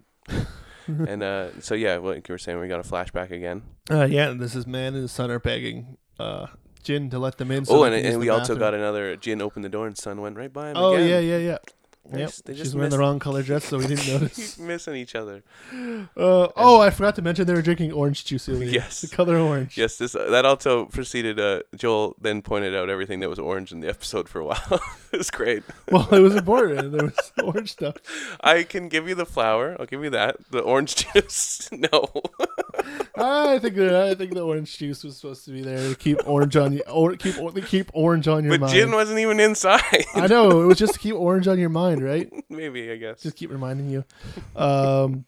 S2: and uh, so yeah, like you were saying, we got a flashback again.
S1: Uh, yeah, and this is man and his son are begging uh, Jin to let them in.
S2: oh, and, and we also got another. Jin opened the door, and Sun went right by him.
S1: Oh
S2: again.
S1: yeah, yeah, yeah.
S2: They
S1: Yep.
S2: just- they
S1: She's
S2: just
S1: wearing the
S2: missed-
S1: wrong color dress, so we didn't notice.
S2: missing each other.
S1: Uh, oh, I forgot to mention they were drinking orange juice. earlier.
S2: Yes.
S1: the color orange.
S2: Yes, this uh, that also preceded. Uh, Joel then pointed out everything that was orange in the episode for a while. it was great.
S1: Well, it was important. There was orange stuff.
S2: I can give you the flour. I'll give you that. The orange juice. no.
S1: I think that I think the orange juice was supposed to be there to keep orange on you. Or, keep or- keep orange on your
S2: But
S1: mind.
S2: Jin wasn't even inside.
S1: I know it was just to keep orange on your mind, right?
S2: Maybe I guess.
S1: Just keep reminding you. Um,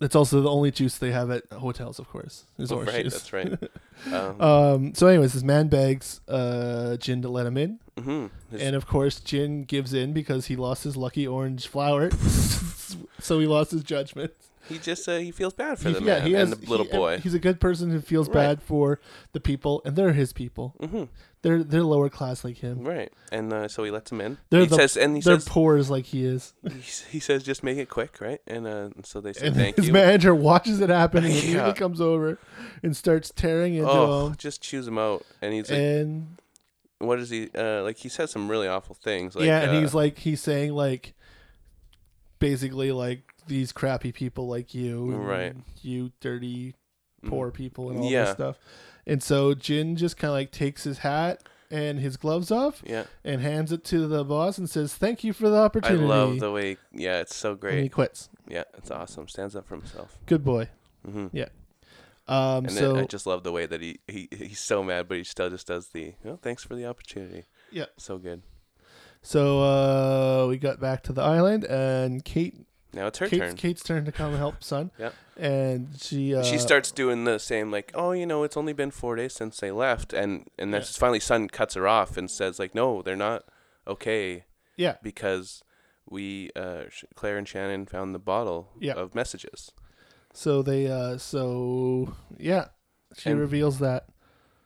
S1: that's also the only juice they have at hotels, of course. Is
S2: Oh,
S1: orange
S2: right.
S1: juice.
S2: That's right. Um,
S1: Um, so, anyways, this man begs uh, Jin to let him in,
S2: mhm. His-
S1: and of course, Jin gives in because he lost his lucky orange flower, so he lost his judgment.
S2: he just uh, he feels bad for
S1: He-
S2: the man and the little
S1: he-
S2: boy.
S1: He's a good person who feels
S2: Right.
S1: bad for the people, and they're his people.
S2: Mhm.
S1: They're they're lower class like him.
S2: Right. And uh, so he lets him in.
S1: They're
S2: he
S1: the-
S2: says, and he
S1: they're
S2: says,
S1: poor as like he is.
S2: he, s- he says, just make it quick, right? And uh, so they say,
S1: And
S2: thank
S1: his
S2: you.
S1: manager watches it happen, and
S2: Yeah.
S1: immediately comes over and starts tearing into
S2: oh,
S1: him.
S2: just choose him out. And he's like,
S1: And
S2: what is he? Uh, like he says some really awful things. Like,
S1: yeah, and
S2: uh,
S1: he's like he's saying like basically like these crappy people like you, and
S2: Right. Mm.
S1: You dirty poor people and all this
S2: Yeah.
S1: stuff. And so Jin just kind of like takes his hat and his gloves off
S2: yeah.
S1: and hands it to the boss and says, "Thank you for the
S2: I
S1: opportunity."
S2: love the way. Yeah, it's so
S1: And he
S2: great.
S1: quits.
S2: Yeah, it's awesome. Stands up for himself.
S1: Good boy.
S2: hmm
S1: Um,
S2: And
S1: so
S2: then I just love the way that he, he he's so mad, but he still just does the. Oh, thanks for the opportunity.
S1: Yeah.
S2: So good.
S1: so uh, we got back to the island, and Kate
S2: Now it's her
S1: Kate's,
S2: turn.
S1: Kate's turn to come help son.
S2: Yeah.
S1: and she uh,
S2: she starts doing the same like oh you know it's only been four days since they left and and that's finally sun cuts her off and says like no they're not okay
S1: Yeah.
S2: because we uh Sh- claire and shannon found the bottle
S1: Yeah.
S2: of messages
S1: So they uh, so yeah, she
S2: And-
S1: reveals that.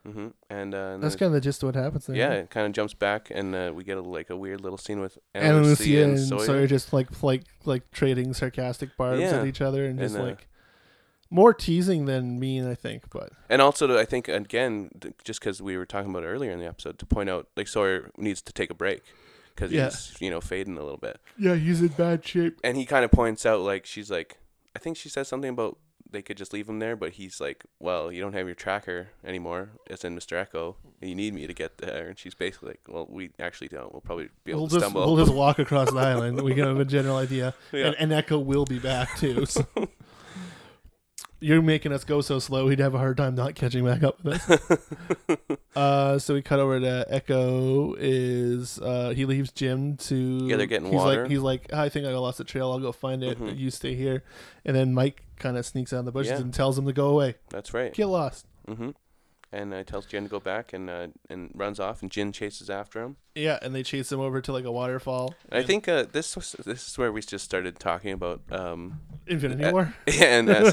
S2: hmm and, uh, and
S1: That's
S2: then
S1: kind of just what happens there.
S2: it- yeah it kind of jumps back and uh, we get a, like a weird little scene with
S1: Anna Lucia and Sawyer. just like like like trading sarcastic barbs
S2: Yeah.
S1: at each other and just
S2: And, uh,
S1: like more teasing than mean, I think. But
S2: And also, to, I think again, th- just because we were talking about it earlier in the episode, to point out like Sawyer needs to take a break because
S1: Yeah.
S2: he's you know fading a little bit.
S1: yeah, he's in bad shape.
S2: and he kind of points out like she's like i think she says something about they could just leave him there but he's like well you don't have your tracker anymore it's in mr echo you need me to get there and she's basically like well we actually don't we'll probably be able
S1: We'll
S2: to
S1: just
S2: stumble
S1: we'll just walk across the island. We can have a general idea,
S2: Yeah.
S1: and, and Echo will be back too. so. You're making us go so slow; he'd have a hard time not catching back up with us. uh, so we cut over to Echo. Is uh, he leaves Jim to?
S2: Yeah, they're getting
S1: he's
S2: water.
S1: Like, he's like, I think I lost the trail. I'll go find it.
S2: Mhm.
S1: You stay here, and then Mike kind of sneaks out of the bushes
S2: Yeah.
S1: and tells him to go away.
S2: that's right
S1: Get lost.
S2: mm-hmm. and uh, tells jen to go back and uh, and runs off and jin chases after him
S1: Yeah, and they chase him over to like a waterfall.
S2: i think uh, this was this is where we just started talking about um
S1: Infinity
S2: uh,
S1: War.
S2: and S-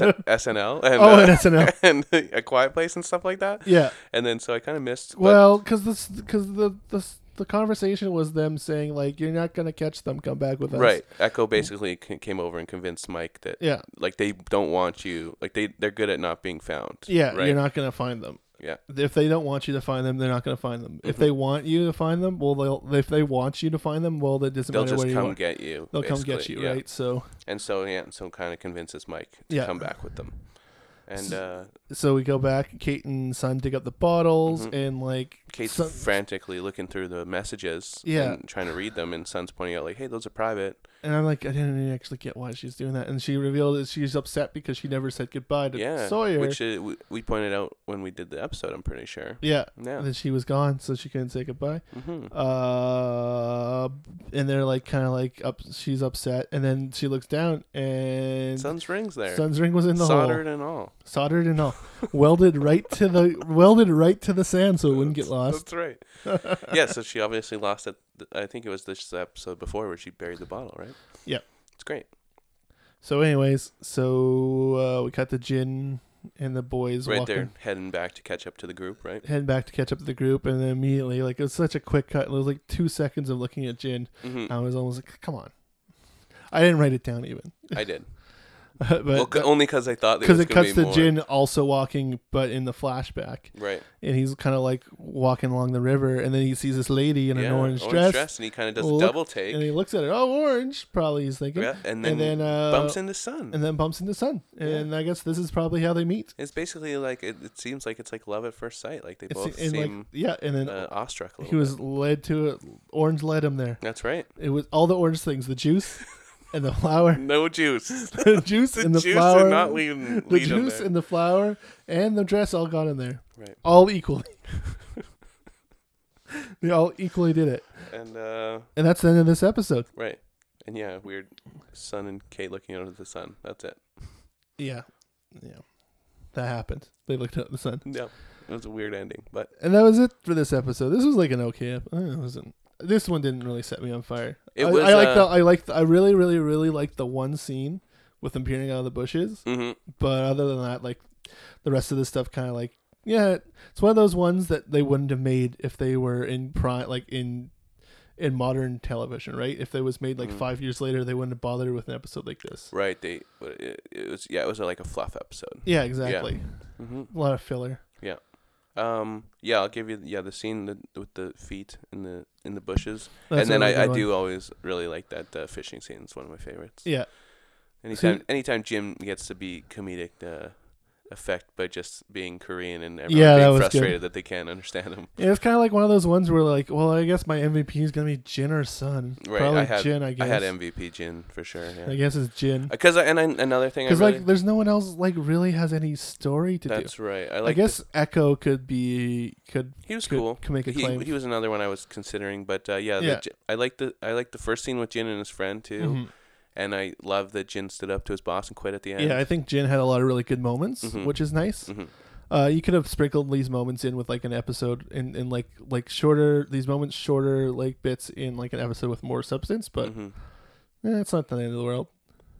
S2: snl and,
S1: Oh,
S2: uh,
S1: and SNL.
S2: and uh, a quiet place and stuff like that
S1: Yeah.
S2: and then so i kind of missed but-
S1: Well, because this because the the the conversation was them saying like you're not gonna catch them. Come back with us.
S2: Right. Echo basically c- came over and convinced Mike that
S1: Yeah.
S2: like they don't want you. Like they they're good at not being found.
S1: Yeah.
S2: Right.
S1: You're not gonna find them.
S2: Yeah.
S1: If they don't want you to find them, they're not gonna find them.
S2: Mm-hmm.
S1: If they want you to find them, well, they'll if they want you to find them, well, that doesn't
S2: They'll
S1: matter
S2: just
S1: where you
S2: come
S1: are.
S2: get you.
S1: They'll come get you,
S2: basically, yeah.
S1: right? So
S2: And so yeah, and so kind of convinces Mike to
S1: Yeah.
S2: come back with them. And uh,
S1: so we go back. Kate and Son dig up the bottles
S2: Mhm.
S1: and like
S2: Kate's
S1: Son-
S2: frantically looking through the messages
S1: Yeah.
S2: and trying to read them, and Son's pointing out like, "Hey, those are private."
S1: And I'm like, I didn't actually get why she's doing that. And she revealed that she's upset because she never said goodbye to
S2: yeah,
S1: Sawyer.
S2: which uh, we, we pointed out when we did the episode. I'm pretty sure.
S1: yeah.
S2: Yeah.
S1: And then she was gone, so she couldn't say goodbye.
S2: hmm
S1: Uh, and they're like, kind of like up. She's upset, and then she looks down, and
S2: Sun's rings there,
S1: Sun's ring was in the
S2: soldered
S1: hole,
S2: and all.
S1: soldered and all, welded right to the welded right to the sand, so it wouldn't get lost.
S2: That's right. yeah, so she obviously lost it. th- I think it was this episode before where she buried the bottle, right?
S1: Yeah.
S2: It's great.
S1: So, anyways, so uh, we cut the gin and the boys
S2: right
S1: walking.
S2: there, heading back to catch up to the group, right?
S1: Head back to catch up to the group, and then immediately, like it was such a quick cut. It was like two seconds of looking at Jin.
S2: hmm
S1: I was almost like, "Come on!" I didn't write it down even,
S2: I did.
S1: but
S2: Well, c- only because I thought there
S1: because
S2: was
S1: it
S2: gonna
S1: cuts to
S2: be more.
S1: Jin also walking, but in the flashback,
S2: Right.
S1: and he's kind of like walking along the river, and then he sees this lady in
S2: yeah,
S1: an orange, dress,
S2: and he kind of does
S1: Look-
S2: a double take.
S1: and he looks at her. Oh, orange, probably he's thinking,
S2: yeah, and then,
S1: then, uh,
S2: bumps into Sun.
S1: and then bumps into Sun, and I guess this is probably how they meet.
S2: it's basically like it, it seems like it's like love at first sight. Like they
S1: It's
S2: both
S1: and like
S2: seem
S1: yeah, and then
S2: uh, awestruck. A
S1: he
S2: little
S1: was
S2: bit.
S1: led to it. Orange led him there.
S2: That's right.
S1: It was all the orange things: the juice and the flower,
S2: No juice.
S1: the juice
S2: the
S1: and the
S2: juice
S1: flower,
S2: did not lead, lead
S1: the
S2: him
S1: juice
S2: there.
S1: and the flower and the dress all got in there,
S2: right.
S1: all equally. they all equally did it,
S2: And uh,
S1: and that's the end of this episode.
S2: right. And yeah, weird. Sun and Kate looking out at the sun. That's it.
S1: Yeah, yeah, that happened. They looked up at the sun,
S2: Yeah. It was a weird ending, but
S1: and that was it for this episode. This was like an okay. ep- I don't know, It wasn't. This one didn't really set me on fire.
S2: It
S1: I,
S2: was,
S1: I like
S2: uh,
S1: the. I like. I really, really, really liked the one scene with them peering out of the bushes.
S2: hmm
S1: but other than that, like the rest of the stuff, kind of like yeah, it's one of those ones that they wouldn't have made if they were in prime, like in in modern television, right? If they was made like
S2: Mhm.
S1: five years later, they wouldn't have bothered with an episode like this.
S2: right. They but it, it was yeah. It was uh, like a fluff episode.
S1: Yeah, exactly.
S2: hmm
S1: A lot of filler.
S2: Um. Yeah, I'll give you yeah the scene that, with the feet in the in the bushes,
S1: That's
S2: and
S1: a
S2: then
S1: really
S2: I, I
S1: good one.
S2: do always really like that uh, fishing scene. It's one of my favorites.
S1: Yeah,
S2: Anytime
S1: See-
S2: anytime Jim gets to be comedic uh, effect by just being Korean and everyone
S1: Yeah, that
S2: being
S1: was good.
S2: frustrated that they can't understand him.
S1: Yeah, it's kind of like one of those ones where like, well, I guess my MVP is gonna be Jin or Sun.
S2: Right,
S1: Probably
S2: I had-
S1: Jin, I
S2: I
S1: guess.
S2: had MVP Jin for sure.
S1: I
S2: Yeah.
S1: guess it's Jin.
S2: Because and I, another thing I
S1: Because
S2: really
S1: like, there's no one else like really has any story to do.
S2: that's right. I like
S1: I guess Echo could be could
S2: he was
S1: could,
S2: cool.
S1: could make a
S2: He,
S1: claim.
S2: he was another one I was considering, but uh, yeah,
S1: Yeah.
S2: The, J- I like the I like the first scene with Jin and his friend too,
S1: Mhm.
S2: and I love that Jin stood up to his boss and quit at the end.
S1: Yeah, I think Jin had a lot of really good moments,
S2: Mhm.
S1: which is nice.
S2: Mhm.
S1: Uh, you could have sprinkled these moments in with like an episode and in, like like shorter these moments shorter like bits in like an episode with more substance, but
S2: Mhm.
S1: eh, it's not the end of the world.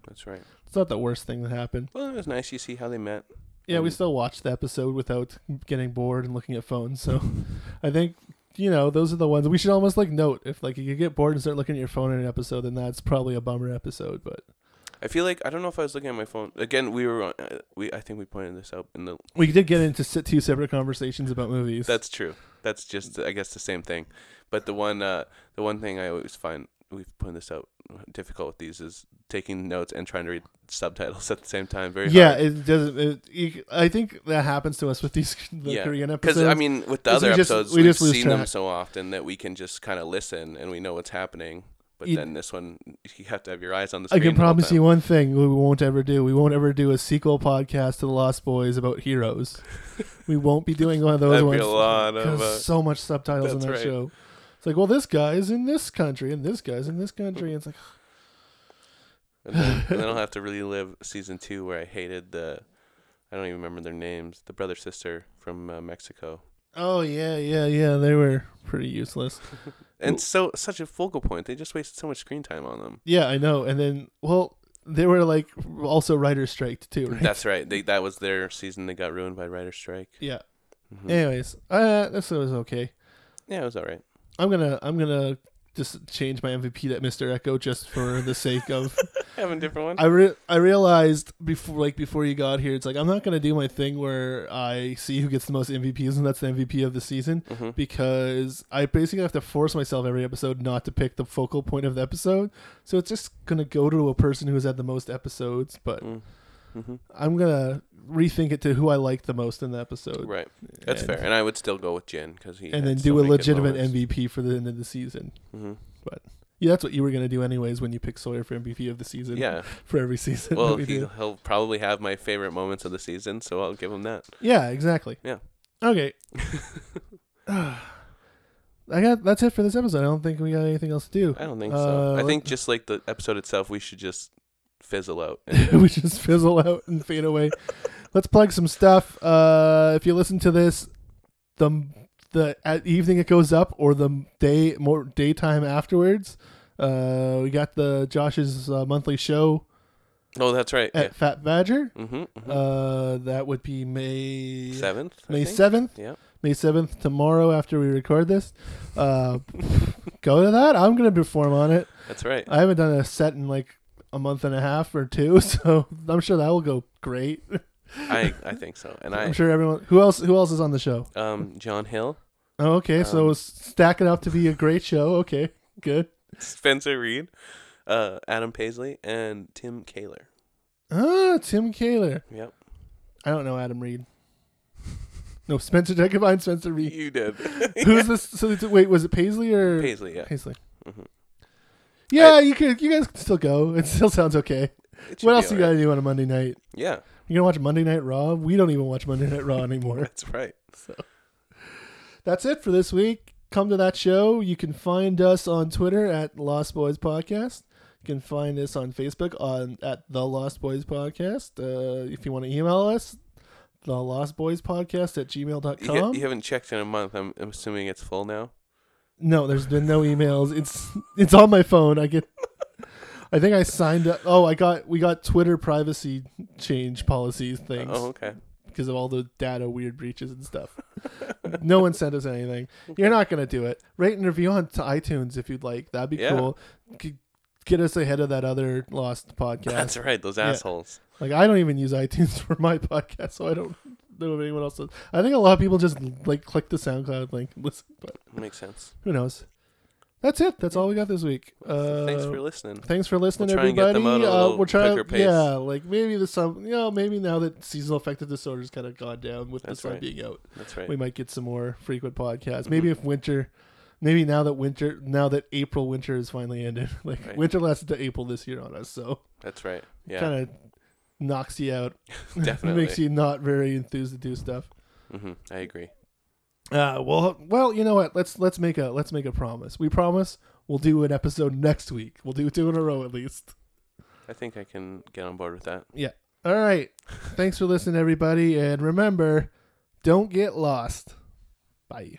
S2: That's right.
S1: It's not the worst thing that happened.
S2: Well, it was nice. You see how they met.
S1: Yeah, we
S2: Mhm.
S1: still watched the episode without getting bored and looking at phones. So I think you know those are the ones we should almost like note if like you get bored and start looking at your phone in an episode, then that's probably a bummer episode. But
S2: I feel like I don't know if I was looking at my phone again. We were on, uh, we I think we pointed this out in the.
S1: we did get into se- two separate conversations about movies.
S2: That's true. That's just I guess the same thing, but the one uh the one thing I always find we've pointed this out difficult with these is taking notes and trying to read subtitles at the same time. Very
S1: yeah,
S2: hard.
S1: it doesn't. It, you- I think that happens to us with these the
S2: Yeah,
S1: Korean episodes.
S2: Because I mean, with the
S1: 'Cause
S2: other
S1: we just-
S2: episodes,
S1: we
S2: we have
S1: just lose
S2: seen them
S1: track.
S2: so often that we can just kind of listen and we know what's happening. But
S1: You-
S2: then this one, you have to have your eyes on the
S1: I
S2: screen.
S1: can
S2: the whole
S1: promise
S2: time.
S1: you one thing: we won't ever do. We won't ever do a sequel podcast to the Lost Boys about heroes. we won't be doing one of those
S2: That'd
S1: ones.
S2: be a lot of.
S1: There's
S2: Uh,
S1: so much subtitles in
S2: that's
S1: that
S2: right.
S1: show. It's like, well, this guy's in this country, and this guy's in this country. And it's like,
S2: And then, and then I'll have to relive season two where I hated the, I don't even remember their names, the brother sister from uh, Mexico,
S1: oh yeah, yeah, yeah, they were pretty useless.
S2: and
S1: Well-
S2: so such a focal point. They just wasted so much screen time on them.
S1: Yeah, I know. And then, well, they were like also writer striked too, right?
S2: That's right. They that was their season that got ruined by writer strike.
S1: yeah.
S2: Mhm.
S1: Anyways, uh, this was okay.
S2: Yeah, it was all right.
S1: I'm gonna I'm gonna just change my MVP to Mr. Echo just for the sake of
S2: Having a different one.
S1: I re- I realized before like before you got here it's like I'm not gonna do my thing where I see who gets the most MVPs and that's the MVP of the season
S2: hmm
S1: because I basically have to force myself every episode not to pick the focal point of the episode so it's just gonna go to a person who has had the most episodes but
S2: hmm
S1: I'm gonna rethink it to who I like the most in the episode
S2: Right. That's
S1: and,
S2: fair. And I would still go with Jin because he.
S1: and then do a legitimate MVP for the end of the season
S2: Mm-hmm.
S1: Yeah, that's what you were gonna do anyways when you picked Sawyer for MVP of the season.
S2: Yeah.
S1: For every season.
S2: Well,
S1: that we
S2: he,
S1: do.
S2: he'll probably have my favorite moments of the season, so I'll give him that.
S1: Yeah, exactly.
S2: Yeah.
S1: Okay. I got that's it for this episode. I don't think we got anything else to do.
S2: I don't think
S1: Uh,
S2: so. I
S1: let-
S2: think just like the episode itself, we should just fizzle out.
S1: we just fizzle out and fade away. Let's plug some stuff. Uh, if you listen to this, the the at evening it goes up or the day more daytime afterwards. Uh, we got the Josh's uh, monthly show
S2: oh, that's right.
S1: at Fat Badger.
S2: yeah. hmm
S1: Eh, Uh, that would be May
S2: Seventh. I
S1: May
S2: think?
S1: seventh.
S2: Yeah.
S1: May seventh tomorrow after we record this. Uh, go to that. I'm gonna perform on it.
S2: That's right.
S1: I haven't done a set in like a month and a half or two, so I'm sure that will go great.
S2: I I think so. And
S1: I'm
S2: I
S1: sure everyone. Who else? Who else is on the show?
S2: um John Hill,
S1: Oh, okay. so
S2: Um,
S1: it's stacking up to be a great show. Okay, good.
S2: Spencer Reed, uh Adam Paisley, and Tim Kaler.
S1: Ah, Tim Kaler.
S2: Yep.
S1: I don't know Adam Reed. No, Spencer Jacobi, Spencer Reed.
S2: You did.
S1: Who's this? So it's, wait, was it Paisley or
S2: Paisley, yeah.
S1: Paisley?
S2: Mhm.
S1: Yeah, you could. You guys can still go. It still sounds okay.
S2: It should
S1: What
S2: be
S1: else do you
S2: alright.
S1: gotta do on a Monday night?
S2: Yeah,
S1: You gonna watch Monday Night Raw? We don't even watch Monday Night Raw anymore.
S2: that's right.
S1: That's it for this week. Come to that show. You can find us on Twitter at Lost Boys Podcast. You can find us on Facebook on at The Lost Boys Podcast. Uh, if you want to email us, The Lost Boys Podcast at
S2: You, e- ha-
S1: gmail.com.
S2: you haven't checked in a month. I'm, I'm assuming it's full now.
S1: No, there's been no emails. It's it's on my phone. I get I think I signed up oh I got we got Twitter privacy change policies things.
S2: Oh, okay.
S1: because of all the data weird breaches and stuff. no one sent us anything. You're not gonna do it. Rate and review on to iTunes if you'd like. That'd be
S2: Yeah.
S1: cool. G- Get us ahead of that other lost podcast.
S2: That's right. Those
S1: Yeah.
S2: assholes.
S1: Like I don't even use iTunes for my podcast, so I don't know if anyone else does. I think a lot of people just like click the SoundCloud link and listen, but
S2: Makes sense.
S1: who knows? That's it. That's all we got this week. Uh,
S2: Thanks for listening.
S1: Thanks for listening,
S2: We'll try and
S1: everybody.
S2: get them out a
S1: uh,
S2: little
S1: we're trying,
S2: quicker pace.
S1: yeah, like maybe the some, you know, maybe now that seasonal affective disorder's kind of gone down with
S2: That's
S1: the sun
S2: right.
S1: being out,
S2: That's right.
S1: we might get some more frequent podcasts. Maybe if winter, maybe now that winter, now that April winter is finally ended, like
S2: Right.
S1: winter lasted to April this year on us, so
S2: That's right. Yeah.
S1: kind of knocks you out.
S2: Definitely.
S1: makes you not very enthused to do stuff.
S2: hmm I agree.
S1: Uh, well, well, you know what? Let's let's make a let's make a promise. We promise we'll do an episode next week. We'll do two in a row at least.
S2: I think I can get on board with that.
S1: All right. Thanks for listening, everybody. And remember, don't get lost. Bye.